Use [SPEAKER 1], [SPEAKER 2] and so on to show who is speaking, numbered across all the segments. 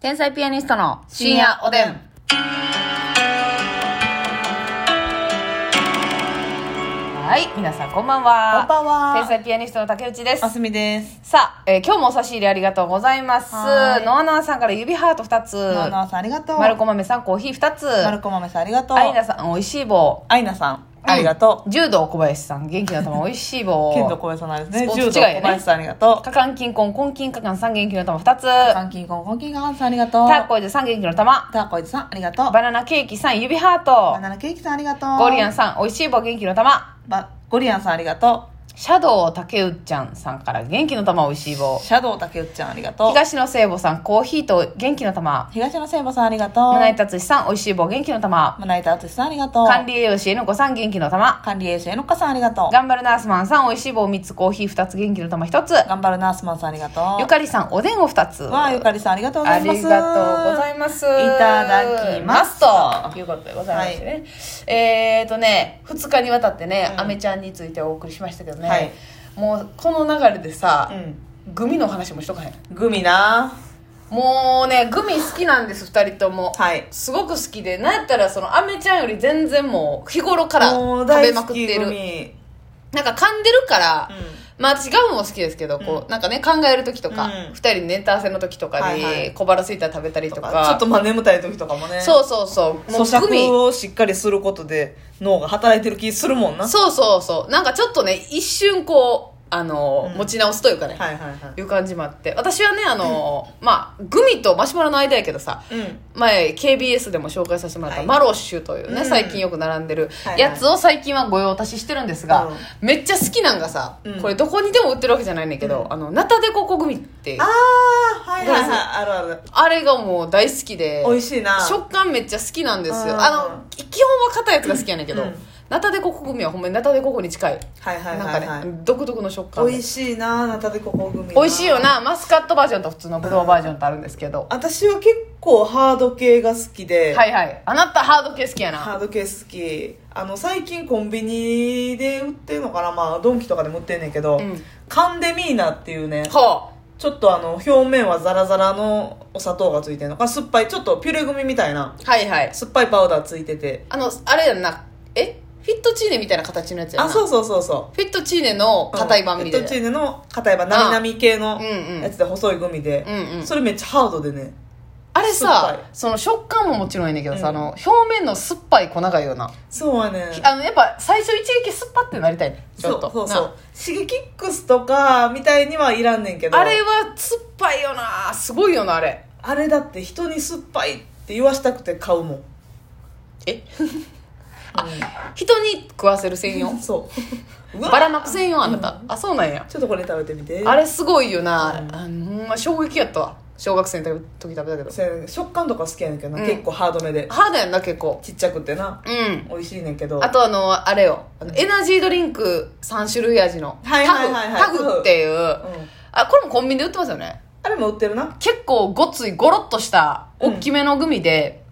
[SPEAKER 1] 天才ピアニストの
[SPEAKER 2] 深夜おでん。はい、皆さんこんばんは。
[SPEAKER 1] こんばんは
[SPEAKER 2] 天才ピアニストの竹内です。
[SPEAKER 1] みです。
[SPEAKER 2] さあ、えー今日もお差し入れありがとうございます。
[SPEAKER 1] はーい
[SPEAKER 2] ノアノアさんから指ハート2つ。
[SPEAKER 1] ノアノアさんありがとう。
[SPEAKER 2] マルコマメさんコーヒー2つ。
[SPEAKER 1] マルコマメさんありがとう。
[SPEAKER 2] アイナさんおいしい棒。
[SPEAKER 1] アイナさん、ありがと。
[SPEAKER 2] 柔道小林さん元気の玉おいしいう棒。
[SPEAKER 1] 剣道小林さんあれですね。
[SPEAKER 2] スポ
[SPEAKER 1] 柔
[SPEAKER 2] ー
[SPEAKER 1] 道
[SPEAKER 2] ツ
[SPEAKER 1] 小
[SPEAKER 2] 違いね
[SPEAKER 1] 林さんありがとう。
[SPEAKER 2] かかんきんこん、こんきんかかんさん元気の玉2つ。
[SPEAKER 1] カンキンコンコンキンカンさんありがとう。
[SPEAKER 2] ターコイズさん元気の玉。
[SPEAKER 1] ターコイズさんありがとう。
[SPEAKER 2] バナナケーキさん指ハート
[SPEAKER 1] バ。ナナケーキさんありがとう。
[SPEAKER 2] ゴリアンさん、おいしい棒元気の玉。
[SPEAKER 1] ばゴリアンさんありがと。
[SPEAKER 2] シャドウ竹内ちゃんさんから元気の玉おいしいう棒。
[SPEAKER 1] シャドウ竹内ちゃんありがとう。
[SPEAKER 2] 東野聖母さん、コーヒーと元気の玉。
[SPEAKER 1] 東野聖母さんありがとう。
[SPEAKER 2] 胸井達志さん、おいしい棒元気の玉。
[SPEAKER 1] 胸板淳さんありがとう。
[SPEAKER 2] 管理栄養士えのこさん、元気の玉。
[SPEAKER 1] 管理栄養士えのっかさんありがとう。
[SPEAKER 2] 頑張るナースマンさん、おいしい棒3つ、コーヒー2つ、元気の玉1つ。
[SPEAKER 1] 頑張るナースマンさんありがとう。
[SPEAKER 2] ゆかりさん、おでんを2つ。
[SPEAKER 1] わあゆかりさんありがとうございます。
[SPEAKER 2] ありがとうございます。い
[SPEAKER 1] ただきます
[SPEAKER 2] ということでございましてね。えっ、ー、とね、2日にわたってね、
[SPEAKER 1] うん
[SPEAKER 2] あめ、ちゃんについてお送りしましたけどね、
[SPEAKER 1] はい
[SPEAKER 2] もうこの流れでさ、
[SPEAKER 1] う
[SPEAKER 2] グミの話もしとかへん。
[SPEAKER 1] ん。グミな。
[SPEAKER 2] もうね、グミ好きなんです、2人とも。
[SPEAKER 1] はい。
[SPEAKER 2] すごく好きで、なんやったらその、あめちゃんより全然もう、日頃から
[SPEAKER 1] もう
[SPEAKER 2] 食
[SPEAKER 1] 大
[SPEAKER 2] べ
[SPEAKER 1] 好
[SPEAKER 2] まくっ
[SPEAKER 1] き
[SPEAKER 2] て
[SPEAKER 1] グ
[SPEAKER 2] る。
[SPEAKER 1] ミ
[SPEAKER 2] なんか噛んでるから、
[SPEAKER 1] う
[SPEAKER 2] まあ私ガムも好きですけど、こう、なんかね、考える時とか、
[SPEAKER 1] うん
[SPEAKER 2] 2人でネタ合わせの時とかに、
[SPEAKER 1] はいはい
[SPEAKER 2] 小腹すいたら食べたりと
[SPEAKER 1] と
[SPEAKER 2] か。
[SPEAKER 1] かちょっとまあ眠たい時とかもね
[SPEAKER 2] そうそうそう。もう
[SPEAKER 1] 咀
[SPEAKER 2] グミ
[SPEAKER 1] 嚼。をしっかりすることで脳が働いてる気するもんな
[SPEAKER 2] そうそうそう。なんかちょっとね、一瞬こう、あの、
[SPEAKER 1] うん
[SPEAKER 2] 持ち直すというかね、、
[SPEAKER 1] はいはいはい
[SPEAKER 2] う感じもあって。私はね、あの、まあ、グミとマシュマロの間やけどさ、
[SPEAKER 1] いうん
[SPEAKER 2] 前 KBS でも紹介させてもらった、
[SPEAKER 1] はい
[SPEAKER 2] マロッシュというね、
[SPEAKER 1] うん
[SPEAKER 2] 最近よく並んでる
[SPEAKER 1] はいはい
[SPEAKER 2] やつを最近はご用達ししてるんですが、
[SPEAKER 1] うん
[SPEAKER 2] めっちゃ好きなんがさ、
[SPEAKER 1] うん
[SPEAKER 2] これどこにでも売ってるわけじゃないねんだけど、
[SPEAKER 1] うん
[SPEAKER 2] あのナタデココグミって
[SPEAKER 1] あ
[SPEAKER 2] あ
[SPEAKER 1] あはいはいはい
[SPEAKER 2] ごめんな
[SPEAKER 1] あるある
[SPEAKER 2] れがもう大好きで
[SPEAKER 1] 美味しいな
[SPEAKER 2] 食感めっちゃ好きなんですよ、
[SPEAKER 1] うん
[SPEAKER 2] あの基本は硬いやつが好きやねんけど、
[SPEAKER 1] うん
[SPEAKER 2] ナタデココグミはほんまにナタデココに近い、
[SPEAKER 1] はいはい
[SPEAKER 2] なんか
[SPEAKER 1] は
[SPEAKER 2] ね、
[SPEAKER 1] いはい
[SPEAKER 2] 独特の食感で
[SPEAKER 1] 美味しいなナタデココグミ
[SPEAKER 2] 美味しいよなマスカットバージョンと普通のブドウバージョンとあるんですけど、
[SPEAKER 1] 私は結構ハード系が好きで
[SPEAKER 2] はいはいあなたハード系好きやな
[SPEAKER 1] ハード系好きあの最近コンビニで売ってるのかなまあドンキとかでも売ってんねんけど、
[SPEAKER 2] うん
[SPEAKER 1] カンデミーナっていうね
[SPEAKER 2] ほ
[SPEAKER 1] ちょっとあの表面はザラザラのお砂糖がついてるのか酸っぱいちょっとピュレグミみたいな
[SPEAKER 2] うはいはい
[SPEAKER 1] 酸っぱいパウダーついてて
[SPEAKER 2] あのあれやんなえフィットチーネみたいな形のやつやな
[SPEAKER 1] あそううそうそうそ
[SPEAKER 2] フィットチーネの
[SPEAKER 1] う
[SPEAKER 2] 硬い版みたい
[SPEAKER 1] ペッ
[SPEAKER 2] な
[SPEAKER 1] トチーネの硬い版なみなみ系
[SPEAKER 2] う
[SPEAKER 1] の
[SPEAKER 2] んうん
[SPEAKER 1] やつで細いグミで、
[SPEAKER 2] うんうん
[SPEAKER 1] それめっちゃハードでね
[SPEAKER 2] あれ
[SPEAKER 1] 酸っ
[SPEAKER 2] さ
[SPEAKER 1] ぱい
[SPEAKER 2] その食感ももちろんやねんけどさ、
[SPEAKER 1] うん
[SPEAKER 2] あの表面の酸っぱい粉がいいよな、
[SPEAKER 1] そうやね
[SPEAKER 2] あのやっぱ最初一撃酸っぱってなりたいねち
[SPEAKER 1] そ
[SPEAKER 2] ょ
[SPEAKER 1] う
[SPEAKER 2] っと
[SPEAKER 1] そうそうシゲキックスとかみたいにはいらんねんけど
[SPEAKER 2] なあれは酸っぱいよなすごいよなあれ
[SPEAKER 1] あれだって人に酸っぱいって言わしたくて買うもん
[SPEAKER 2] え 人に食わせる専用
[SPEAKER 1] そ ううわ
[SPEAKER 2] ばらまくせんよあなた、あそうなんや
[SPEAKER 1] ちょっとこれ食べてみて
[SPEAKER 2] あれすごいよな、
[SPEAKER 1] うん
[SPEAKER 2] あのほんま衝撃やったわ小学生の時食べたけど
[SPEAKER 1] そうやね食感とか好きやねんけどな、
[SPEAKER 2] うん
[SPEAKER 1] 結構ハードめで
[SPEAKER 2] 歯だよな結構
[SPEAKER 1] ちっちゃくてな
[SPEAKER 2] うん
[SPEAKER 1] 美味しいねんけど
[SPEAKER 2] あとあのあれよあのエナジードリンク3種類味の
[SPEAKER 1] はいはいはいはい
[SPEAKER 2] タグタグっていう、
[SPEAKER 1] うん
[SPEAKER 2] あこれもコンビニで売ってますよね
[SPEAKER 1] あれも売ってるな
[SPEAKER 2] 結構ごついゴロっとした
[SPEAKER 1] うん
[SPEAKER 2] 大きめのグミで、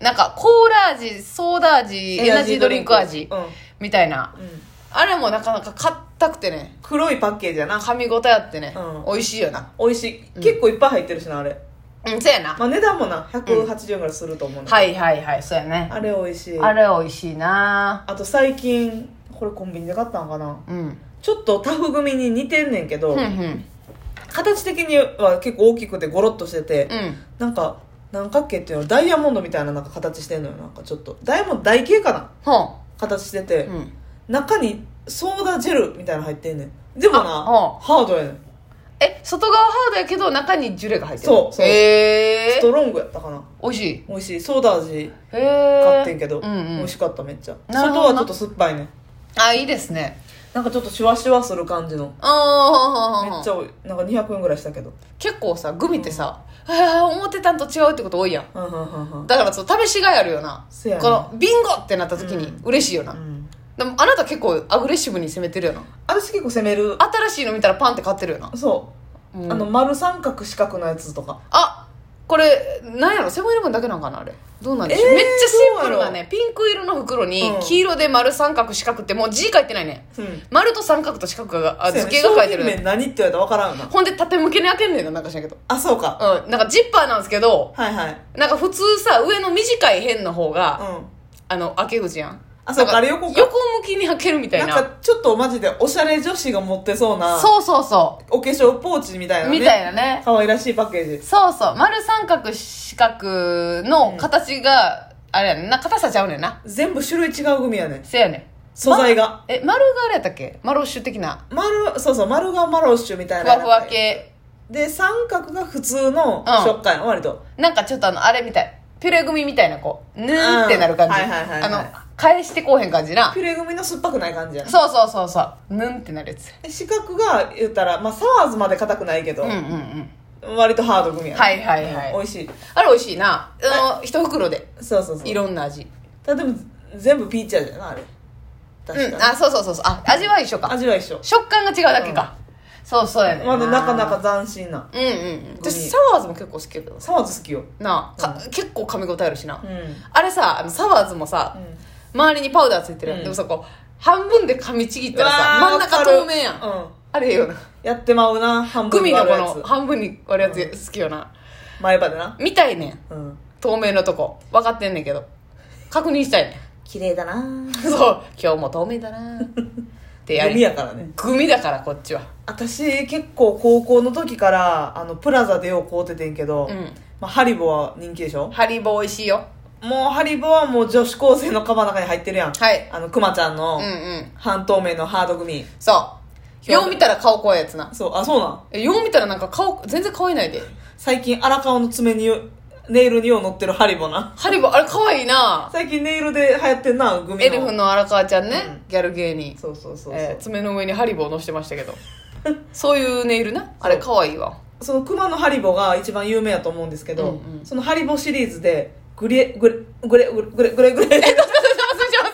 [SPEAKER 2] なんかコーラ味ソーダ味エナジードリンク味
[SPEAKER 1] うん
[SPEAKER 2] みたいな
[SPEAKER 1] うん
[SPEAKER 2] あれもなかなか硬くてね
[SPEAKER 1] 黒いパッケージやな
[SPEAKER 2] 噛み応えあってね、
[SPEAKER 1] う
[SPEAKER 2] 美味しいよな
[SPEAKER 1] 美味しい、
[SPEAKER 2] うん
[SPEAKER 1] 結構いっぱい入ってるしなあれ、
[SPEAKER 2] うんそうやな、
[SPEAKER 1] まあ、値段もな180円ぐらいすると思うね、
[SPEAKER 2] はいはいはいそうやね
[SPEAKER 1] あれ美味しい
[SPEAKER 2] あ
[SPEAKER 1] あ
[SPEAKER 2] れ美味しいな
[SPEAKER 1] と最近これコンビニで買ったんかな
[SPEAKER 2] うん。
[SPEAKER 1] ちょっとタフ組に似てんねんけど、
[SPEAKER 2] うんうん。
[SPEAKER 1] 形的には結構大きくてゴロッとしてて、
[SPEAKER 2] うん。
[SPEAKER 1] なんか何角形っていうのダイヤモンドみたいななんか形してんのよなんかちょっとダイヤモンド台形かな
[SPEAKER 2] ほ
[SPEAKER 1] 形してて、
[SPEAKER 2] う。うん。
[SPEAKER 1] 中にソーダジェルみたいなの入ってんねんでもな
[SPEAKER 2] あうん
[SPEAKER 1] ハードやねん
[SPEAKER 2] え、外側ハードやけど中にジュレが入ってる
[SPEAKER 1] そうそう
[SPEAKER 2] へ
[SPEAKER 1] ス
[SPEAKER 2] えー。
[SPEAKER 1] トロングやったかな
[SPEAKER 2] 美味しい。
[SPEAKER 1] 美味しいソーダ味
[SPEAKER 2] へえ
[SPEAKER 1] 買ってんけど、
[SPEAKER 2] うんうん
[SPEAKER 1] 美味しかっためっちゃ
[SPEAKER 2] なる
[SPEAKER 1] 外
[SPEAKER 2] ほどな
[SPEAKER 1] はちょっと酸っぱいね
[SPEAKER 2] あ、いいですね。
[SPEAKER 1] なんかちょっとシュワシュワする感じの
[SPEAKER 2] あ
[SPEAKER 1] めっち
[SPEAKER 2] ゃ。
[SPEAKER 1] ゃ多いなんか200円ぐらいしたけど
[SPEAKER 2] 結構さ、グミってさ、ああ、思ってたんと違うってこと多いやん。
[SPEAKER 1] うんうんうんうん
[SPEAKER 2] だからそう、試しがいあるよな。
[SPEAKER 1] そうやね
[SPEAKER 2] この、ビンゴってなった時に
[SPEAKER 1] う
[SPEAKER 2] 嬉しいよな。
[SPEAKER 1] うん
[SPEAKER 2] でも、あなた結構アグレッシブに攻めてるよな。
[SPEAKER 1] 私結構攻める
[SPEAKER 2] 新しいの見たらパンって買ってるよな。
[SPEAKER 1] そう、
[SPEAKER 2] うん
[SPEAKER 1] あの丸三角四角のやつとか
[SPEAKER 2] あこれなんやろセブンイレブンだけなんかなあれどうなんでしょう、
[SPEAKER 1] えー
[SPEAKER 2] めっちゃシンプル
[SPEAKER 1] ど
[SPEAKER 2] な
[SPEAKER 1] うや
[SPEAKER 2] ねピンク色の袋に
[SPEAKER 1] うん
[SPEAKER 2] 黄色で丸三角四角ってもう字書いてないね、
[SPEAKER 1] うん
[SPEAKER 2] 丸と三角と四角があ
[SPEAKER 1] そう
[SPEAKER 2] 図
[SPEAKER 1] やね
[SPEAKER 2] 形が書いてる
[SPEAKER 1] 商品名何って言われたら分からんよな
[SPEAKER 2] ほんで縦向けに開けんねんななんかしらんけど
[SPEAKER 1] あそうか
[SPEAKER 2] うんなんかジッパーなんですけど
[SPEAKER 1] はいはい
[SPEAKER 2] なんか普通さ上の短い辺の方が、
[SPEAKER 1] うん
[SPEAKER 2] あの開け口やん
[SPEAKER 1] あそうか
[SPEAKER 2] なん
[SPEAKER 1] あれ横か
[SPEAKER 2] 横向きに開けるみたい
[SPEAKER 1] なん
[SPEAKER 2] な
[SPEAKER 1] かちょっとマジでおしゃれ女子が持ってそうな
[SPEAKER 2] そうそうそ
[SPEAKER 1] お化粧ポーチみたいな
[SPEAKER 2] う
[SPEAKER 1] ね
[SPEAKER 2] みたいなね
[SPEAKER 1] 可愛らしいパッケージ
[SPEAKER 2] そうそう丸三角四角の形が、あれやねんな硬さちゃうねんな
[SPEAKER 1] 全部種類違う組やね
[SPEAKER 2] せやねん
[SPEAKER 1] 素材が、
[SPEAKER 2] え丸があれやったっけマロッシュ的な
[SPEAKER 1] 丸そうそう丸がマロッシュみたい
[SPEAKER 2] ふ
[SPEAKER 1] な
[SPEAKER 2] わふわ系
[SPEAKER 1] で三角が普通の
[SPEAKER 2] うん
[SPEAKER 1] 食感、割と
[SPEAKER 2] なんかちょっとあのあれみたいピュレ組みたいなこうぬーってなる感じ、
[SPEAKER 1] うんはいはいはいはい
[SPEAKER 2] あの返してこうへん感じな
[SPEAKER 1] ピュレ組の酸っぱくない感じやね
[SPEAKER 2] そうそうそうそうぬんってなるやつ
[SPEAKER 1] で四角が言ったら、まあ、サワーズまで硬くないけど
[SPEAKER 2] うんう、んうん
[SPEAKER 1] 割とハード組やね
[SPEAKER 2] はいはいはい
[SPEAKER 1] うん美味しい
[SPEAKER 2] あれ美味しいなあの一袋で
[SPEAKER 1] そうそうそう
[SPEAKER 2] いろんな味
[SPEAKER 1] ただでも全部ピーチ味やなあれ確かに、
[SPEAKER 2] うんあそうそうそうそうあ味は一緒か
[SPEAKER 1] 味は一緒
[SPEAKER 2] 食感が違うだけか、そうそうやねん
[SPEAKER 1] まだなかなか斬新な
[SPEAKER 2] うんうん私
[SPEAKER 1] に
[SPEAKER 2] サワーズも結構好きやけど
[SPEAKER 1] サワーズ好きよ
[SPEAKER 2] なあ、か
[SPEAKER 1] う
[SPEAKER 2] 結構噛み応えあるしな、
[SPEAKER 1] うん、うん、
[SPEAKER 2] あれさあのサワーズもさ、周りにパウダーついてるやん、
[SPEAKER 1] うん
[SPEAKER 2] でもさこう半分で噛みちぎったらさ
[SPEAKER 1] うわー
[SPEAKER 2] 真ん中
[SPEAKER 1] わかる
[SPEAKER 2] 透明やん、
[SPEAKER 1] うん
[SPEAKER 2] あれええよな
[SPEAKER 1] やってまうな半
[SPEAKER 2] グ
[SPEAKER 1] 分
[SPEAKER 2] ミ
[SPEAKER 1] に
[SPEAKER 2] の
[SPEAKER 1] 割
[SPEAKER 2] こ
[SPEAKER 1] るや
[SPEAKER 2] の
[SPEAKER 1] つ
[SPEAKER 2] 半分に割るやつ好きよな、
[SPEAKER 1] 前歯でな
[SPEAKER 2] みたいねん
[SPEAKER 1] うん
[SPEAKER 2] 透明のとこ分かってんねんけど確認したいねん
[SPEAKER 1] 綺麗だな
[SPEAKER 2] そう今日も透明だなってや
[SPEAKER 1] 闇
[SPEAKER 2] り
[SPEAKER 1] やからね
[SPEAKER 2] グミだからこっちは
[SPEAKER 1] 私結構高校の時からあのプラザでよう買うててんけど、
[SPEAKER 2] うん
[SPEAKER 1] まあ、ハリボは人気でしょ
[SPEAKER 2] ハリボー美味しいよ
[SPEAKER 1] もうハリボはもう女子高生のカバンの中に入ってるやん
[SPEAKER 2] はい
[SPEAKER 1] あのクマちゃん
[SPEAKER 2] う
[SPEAKER 1] の
[SPEAKER 2] んうん
[SPEAKER 1] 半透明のハードグミ
[SPEAKER 2] そうよう見たら顔怖いやつな
[SPEAKER 1] そうあそうなん
[SPEAKER 2] えよう見たらなんか顔全然可愛いないで
[SPEAKER 1] 最近荒川の爪によネイルによう乗ってるハリボな
[SPEAKER 2] ハリボーあれ可愛いな
[SPEAKER 1] 最近ネイルで流行ってんなグミの
[SPEAKER 2] エルフの荒川ちゃんね、ギャル芸人
[SPEAKER 1] そうそうそうそう、
[SPEAKER 2] えー爪の上にハリボーを乗してましたけどそういうネイルなあれ可愛いわ
[SPEAKER 1] その熊のハリボが一番有名やと思うんですけど、
[SPEAKER 2] うんうん
[SPEAKER 1] そのハリボシリーズでグレグレグレグレグレグレグレ
[SPEAKER 2] ますみちゃんますみちゃん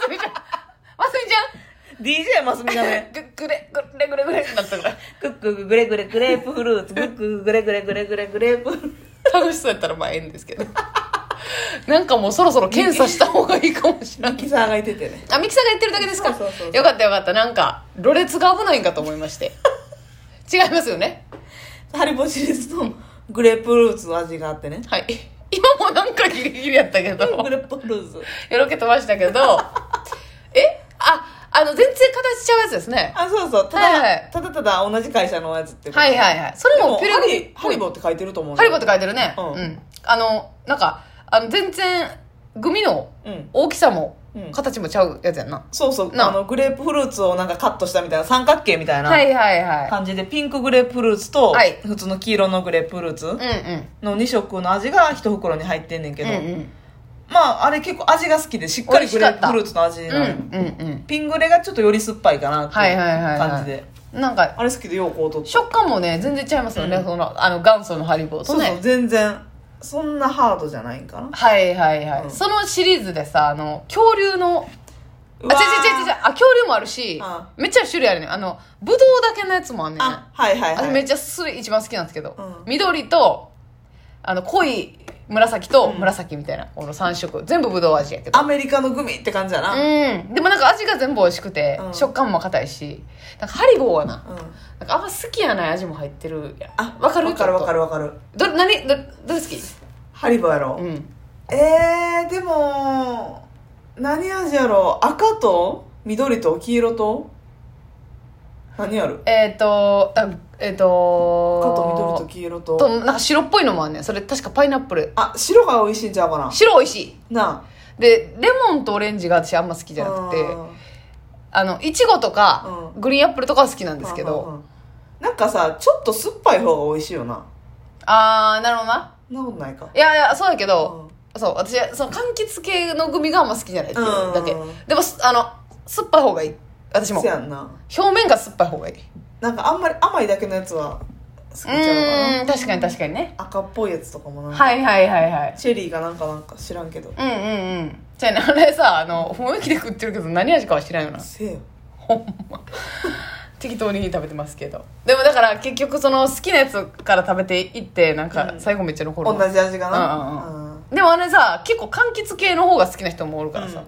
[SPEAKER 2] ますみち
[SPEAKER 1] DJ マスミ
[SPEAKER 2] ゃ
[SPEAKER 1] が
[SPEAKER 2] ん
[SPEAKER 1] ね
[SPEAKER 2] ぐぐれぐれぐれぐれってなったから
[SPEAKER 1] クックグレグレグレープフルーツグックグレグレグレグレグレープフルーツ
[SPEAKER 2] 楽しそうやったらまあええんですけど なんかもうそろそろ検査した方がいいかもしれない
[SPEAKER 1] ミキサーがいててね
[SPEAKER 2] あミキさんが言ってるだけですか
[SPEAKER 1] そうそうそうそう
[SPEAKER 2] よかったよかったなんかろれつが危ないんかと思いまして違いますよね
[SPEAKER 1] ハリボシリーズのグレープフルーツの味があってね
[SPEAKER 2] はい今もなんかギリギリやったけど
[SPEAKER 1] グレープフルーツ
[SPEAKER 2] よろけてましたけどえああの全然形ちゃうやつですね
[SPEAKER 1] あそうそうただ、
[SPEAKER 2] はいはい
[SPEAKER 1] ただただ同じ会社のやつってこと
[SPEAKER 2] はいはいはいそれ
[SPEAKER 1] で
[SPEAKER 2] も
[SPEAKER 1] も
[SPEAKER 2] ピュレ
[SPEAKER 1] ハ
[SPEAKER 2] グミ
[SPEAKER 1] リハリボって書いてると思う
[SPEAKER 2] ハリボって
[SPEAKER 1] 書い
[SPEAKER 2] 書いてるねう、
[SPEAKER 1] うんん
[SPEAKER 2] あのなんかあの全然グミの
[SPEAKER 1] てるうん
[SPEAKER 2] 大きさも
[SPEAKER 1] うん
[SPEAKER 2] 形もちゃうやつやんな、
[SPEAKER 1] そうそう
[SPEAKER 2] な
[SPEAKER 1] あのグレープフルーツをなんかカットしたみたいな三角形みたいな
[SPEAKER 2] はいはいは
[SPEAKER 1] 感じでピンクグレープフルーツと
[SPEAKER 2] はい
[SPEAKER 1] 普通の黄色のグレープフルーツ
[SPEAKER 2] いうん
[SPEAKER 1] の2色の味が1袋に入ってんねんけ
[SPEAKER 2] う
[SPEAKER 1] ど、
[SPEAKER 2] んうんうん
[SPEAKER 1] まああれ結構味が好きでしっかりグレープフルーツの味に
[SPEAKER 2] うん
[SPEAKER 1] なる、
[SPEAKER 2] うんうん
[SPEAKER 1] ピングレがちょっとより酸っぱいかなって
[SPEAKER 2] はいいうはいはいはい
[SPEAKER 1] 感じで、
[SPEAKER 2] なんか
[SPEAKER 1] あれ好きでようこうとって
[SPEAKER 2] 食感もね全然ちゃいますよね、
[SPEAKER 1] うん
[SPEAKER 2] そのあの元祖のハリボー
[SPEAKER 1] そ
[SPEAKER 2] と
[SPEAKER 1] う
[SPEAKER 2] ね
[SPEAKER 1] そう全然そんなハードじゃないんかな
[SPEAKER 2] はいはいはい、
[SPEAKER 1] うん
[SPEAKER 2] そのシリーズでさあの恐竜の
[SPEAKER 1] う
[SPEAKER 2] あ
[SPEAKER 1] わ
[SPEAKER 2] 違
[SPEAKER 1] ー
[SPEAKER 2] う違う違う違うあ恐竜もあるし、
[SPEAKER 1] う
[SPEAKER 2] めっちゃ種類あるねんあのブドウだけのやつもあんねんね
[SPEAKER 1] あはいはい
[SPEAKER 2] 私
[SPEAKER 1] は
[SPEAKER 2] めっ
[SPEAKER 1] い
[SPEAKER 2] ちゃそれ一番好きなんですけど、
[SPEAKER 1] うん
[SPEAKER 2] 緑とあの濃い紫と
[SPEAKER 1] うん
[SPEAKER 2] 紫みたいな、この3色全部ぶどう味やけど
[SPEAKER 1] アメリカのグミって感じやな、
[SPEAKER 2] うんでもなんか味が全部美味しくて、
[SPEAKER 1] うん
[SPEAKER 2] 食感も硬いしなんかハリボーはな
[SPEAKER 1] うん
[SPEAKER 2] なんかあんま好きやない味も入ってるやん
[SPEAKER 1] あ
[SPEAKER 2] わかる
[SPEAKER 1] わかる
[SPEAKER 2] ちょっ
[SPEAKER 1] わ
[SPEAKER 2] と
[SPEAKER 1] かるわかる
[SPEAKER 2] ど何どどれ好き
[SPEAKER 1] ハリボーやろ、
[SPEAKER 2] うん
[SPEAKER 1] えー、でも何味やろ赤と緑と黄色と何やる
[SPEAKER 2] えっ、ー、とあえっ、ー、と
[SPEAKER 1] 赤と緑と黄色と
[SPEAKER 2] となんか白っぽいのもあんねんそれ確かパイナップル
[SPEAKER 1] あ白が美味しいんちゃうかな
[SPEAKER 2] 白美味しい
[SPEAKER 1] な
[SPEAKER 2] でレモンとオレンジが私あんま好き
[SPEAKER 1] あ
[SPEAKER 2] じゃなくて
[SPEAKER 1] うん
[SPEAKER 2] あのいちごとか、
[SPEAKER 1] う
[SPEAKER 2] グリーンアップルとかは好きなんですけど、
[SPEAKER 1] うんうんうんなんかさちょっと酸っぱい方が美味しいよな
[SPEAKER 2] あーなるほどな
[SPEAKER 1] そんなことないか
[SPEAKER 2] いやいやそうやけ
[SPEAKER 1] う
[SPEAKER 2] ど
[SPEAKER 1] ん、
[SPEAKER 2] そう私はその柑橘系のグミがあんま好きじゃないっていうだけ、
[SPEAKER 1] うん
[SPEAKER 2] でもすあの酸っぱい方がいい私も
[SPEAKER 1] そやんな
[SPEAKER 2] 表面が酸っぱい方がいいう
[SPEAKER 1] なんかあんまり甘いだけのやつは好きちゃ
[SPEAKER 2] ー
[SPEAKER 1] うか
[SPEAKER 2] ん確かに確かにね、
[SPEAKER 1] な赤っぽいやつとかもなんか、
[SPEAKER 2] はいはいはいはい
[SPEAKER 1] チェリーがなんかなんか知らんけど
[SPEAKER 2] うんうんうんじゃあねあれさあの雰囲気で食ってるけど何味かは知らんよな
[SPEAKER 1] せえよ
[SPEAKER 2] ほんまって適当に食べてますけどでもだから結局その好きなやつから食べていってなんか
[SPEAKER 1] うん
[SPEAKER 2] 最後めっちゃ残るわ、
[SPEAKER 1] 同じ味かな、
[SPEAKER 2] う
[SPEAKER 1] うん
[SPEAKER 2] でもあれさ結構柑橘系の方が好きな人もおるからさ、
[SPEAKER 1] うん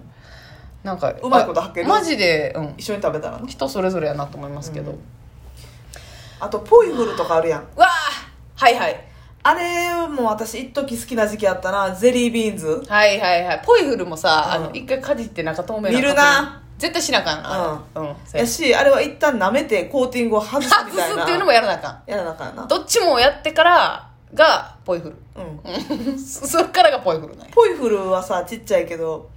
[SPEAKER 2] なんか
[SPEAKER 1] うまいこと吐ける
[SPEAKER 2] あマジで、うん、
[SPEAKER 1] 一緒に食べたらな
[SPEAKER 2] 人それぞれやなと思いますけど、
[SPEAKER 1] う
[SPEAKER 2] うん
[SPEAKER 1] あとポイフルとかあるやん
[SPEAKER 2] わあはいはい
[SPEAKER 1] あれも私一時好きな時期あったなゼリービーンズ
[SPEAKER 2] はいはいはいポイフルもさ、
[SPEAKER 1] うん
[SPEAKER 2] あの一回かじって中透明
[SPEAKER 1] 見るな
[SPEAKER 2] 絶対しなあかんうん、うん、そう
[SPEAKER 1] や
[SPEAKER 2] や
[SPEAKER 1] しあれは一旦舐めてコーティングを外すみ
[SPEAKER 2] 外
[SPEAKER 1] たい
[SPEAKER 2] す
[SPEAKER 1] な
[SPEAKER 2] っていうのも やらなあか
[SPEAKER 1] やらなあかんやなん
[SPEAKER 2] どっちもやってからがポイフル
[SPEAKER 1] うん
[SPEAKER 2] うんそそっからがポイフルなんや
[SPEAKER 1] ポイフルはさちっちゃいけど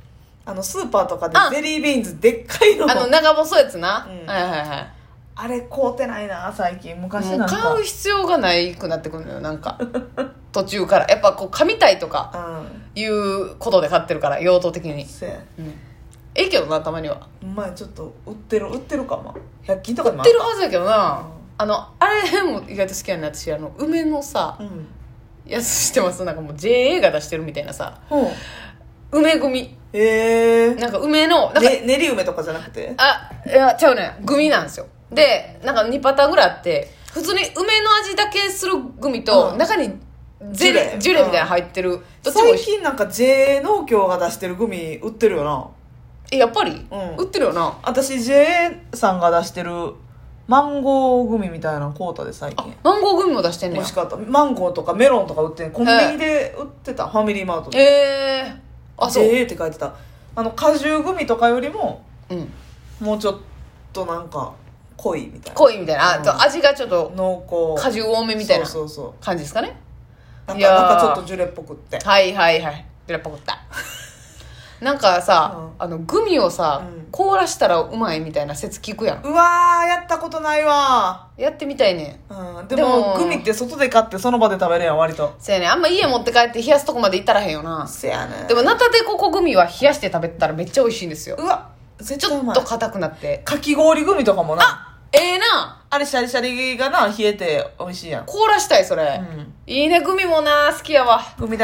[SPEAKER 1] あのスーパーとかで
[SPEAKER 2] あ
[SPEAKER 1] ゼリービーンズでっかいの
[SPEAKER 2] あの長細いやつな、
[SPEAKER 1] うん
[SPEAKER 2] はいはいはい
[SPEAKER 1] あれ買うてないな最近昔
[SPEAKER 2] も
[SPEAKER 1] な
[SPEAKER 2] うん
[SPEAKER 1] か
[SPEAKER 2] 買う必要がないくなってくるのよなんか途中からやっぱこう噛みたいとか
[SPEAKER 1] うん
[SPEAKER 2] いうことで買ってるから用途的に
[SPEAKER 1] せや
[SPEAKER 2] うんええけどなたまには
[SPEAKER 1] お前ちょっと売ってる売ってるかも100均とかで
[SPEAKER 2] 売
[SPEAKER 1] も
[SPEAKER 2] っ
[SPEAKER 1] ある
[SPEAKER 2] てるはずやけどな、
[SPEAKER 1] うん
[SPEAKER 2] あのあれも意外と好きやね私あの梅のさ
[SPEAKER 1] うん
[SPEAKER 2] やつしてますなんかもう JA が出してるみたいなさ
[SPEAKER 1] ほう
[SPEAKER 2] 梅組
[SPEAKER 1] ええ
[SPEAKER 2] なんか梅のなんか、
[SPEAKER 1] ね練り梅とかじゃなくて
[SPEAKER 2] あいやちゃうねグミなんですよでなんか2パターンぐらいあって普通に梅の味だけするグミと、
[SPEAKER 1] うん
[SPEAKER 2] 中にゼレ
[SPEAKER 1] ジ
[SPEAKER 2] ジ
[SPEAKER 1] ュレ
[SPEAKER 2] ュレみたいなの入ってる、どっちも美
[SPEAKER 1] 最
[SPEAKER 2] 味しい
[SPEAKER 1] 近なんか JA 農協が出してるグミ売ってるよな
[SPEAKER 2] えやっぱり、
[SPEAKER 1] うん
[SPEAKER 2] 売ってるよな
[SPEAKER 1] 私 JA さんが出してるマンゴーグミみたいなの買うたで最
[SPEAKER 2] あ
[SPEAKER 1] 近
[SPEAKER 2] マンゴーグミも出してんね
[SPEAKER 1] 美
[SPEAKER 2] や
[SPEAKER 1] 味しかったマンゴーとかメロンとか売ってんコンビニで売ってたファミリーマートで
[SPEAKER 2] ええあそう、
[SPEAKER 1] JA って書いてたあの果汁グミとかよりも
[SPEAKER 2] うん
[SPEAKER 1] もうちょっとなんか濃いみたいな
[SPEAKER 2] 濃いみたいな、あ
[SPEAKER 1] うん
[SPEAKER 2] と味がちょっと
[SPEAKER 1] 濃厚
[SPEAKER 2] 果汁多めみたいな
[SPEAKER 1] そうそうそう
[SPEAKER 2] 感じですかね
[SPEAKER 1] なん
[SPEAKER 2] い
[SPEAKER 1] か
[SPEAKER 2] やー
[SPEAKER 1] なんかちょっとジュレっぽくって
[SPEAKER 2] はいはいはいジュレパコった なんかさ、
[SPEAKER 1] う
[SPEAKER 2] あのグミをさ、
[SPEAKER 1] うん
[SPEAKER 2] 凍らしたらうまいみたいな説聞くやん
[SPEAKER 1] うわーやったことないわ
[SPEAKER 2] やってみたいねん
[SPEAKER 1] うん、で
[SPEAKER 2] で
[SPEAKER 1] も
[SPEAKER 2] も
[SPEAKER 1] グミって外で買ってその場で食べれんやん割と
[SPEAKER 2] そやねんあんま家持って帰って冷やすとこまで行ったらへんよな
[SPEAKER 1] せやね
[SPEAKER 2] でもナタデココグミは冷やして食べてたらめっちゃ美味しいんですよ
[SPEAKER 1] うわ絶
[SPEAKER 2] ち
[SPEAKER 1] 対
[SPEAKER 2] ょ
[SPEAKER 1] う
[SPEAKER 2] っ
[SPEAKER 1] まい
[SPEAKER 2] と硬くなって
[SPEAKER 1] かき氷グミとかもなあ
[SPEAKER 2] ええな
[SPEAKER 1] れシャリシャリがな冷えて美味しいやん、
[SPEAKER 2] 凍らしたいそれ、
[SPEAKER 1] うん、
[SPEAKER 2] いいねグミもな好きやわ
[SPEAKER 1] グミ